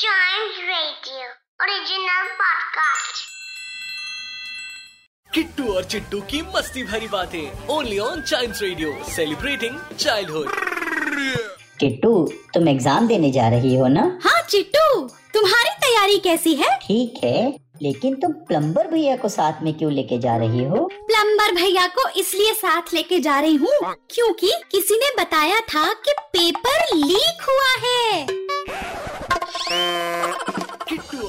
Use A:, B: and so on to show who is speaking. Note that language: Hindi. A: Giant Radio, original podcast.
B: Kittu और चिट्टू की मस्ती भरी बातें only on child radio celebrating childhood
C: Kittu तुम एग्जाम देने जा रही हो ना
D: हाँ चिट्टू तुम्हारी तैयारी कैसी है
C: ठीक है लेकिन तुम प्लम्बर भैया को साथ में क्यों लेके जा रही हो
D: प्लम्बर भैया को इसलिए साथ लेके जा रही हूँ क्योंकि किसी ने बताया था कि पेपर लीक हुआ है
B: किट्टू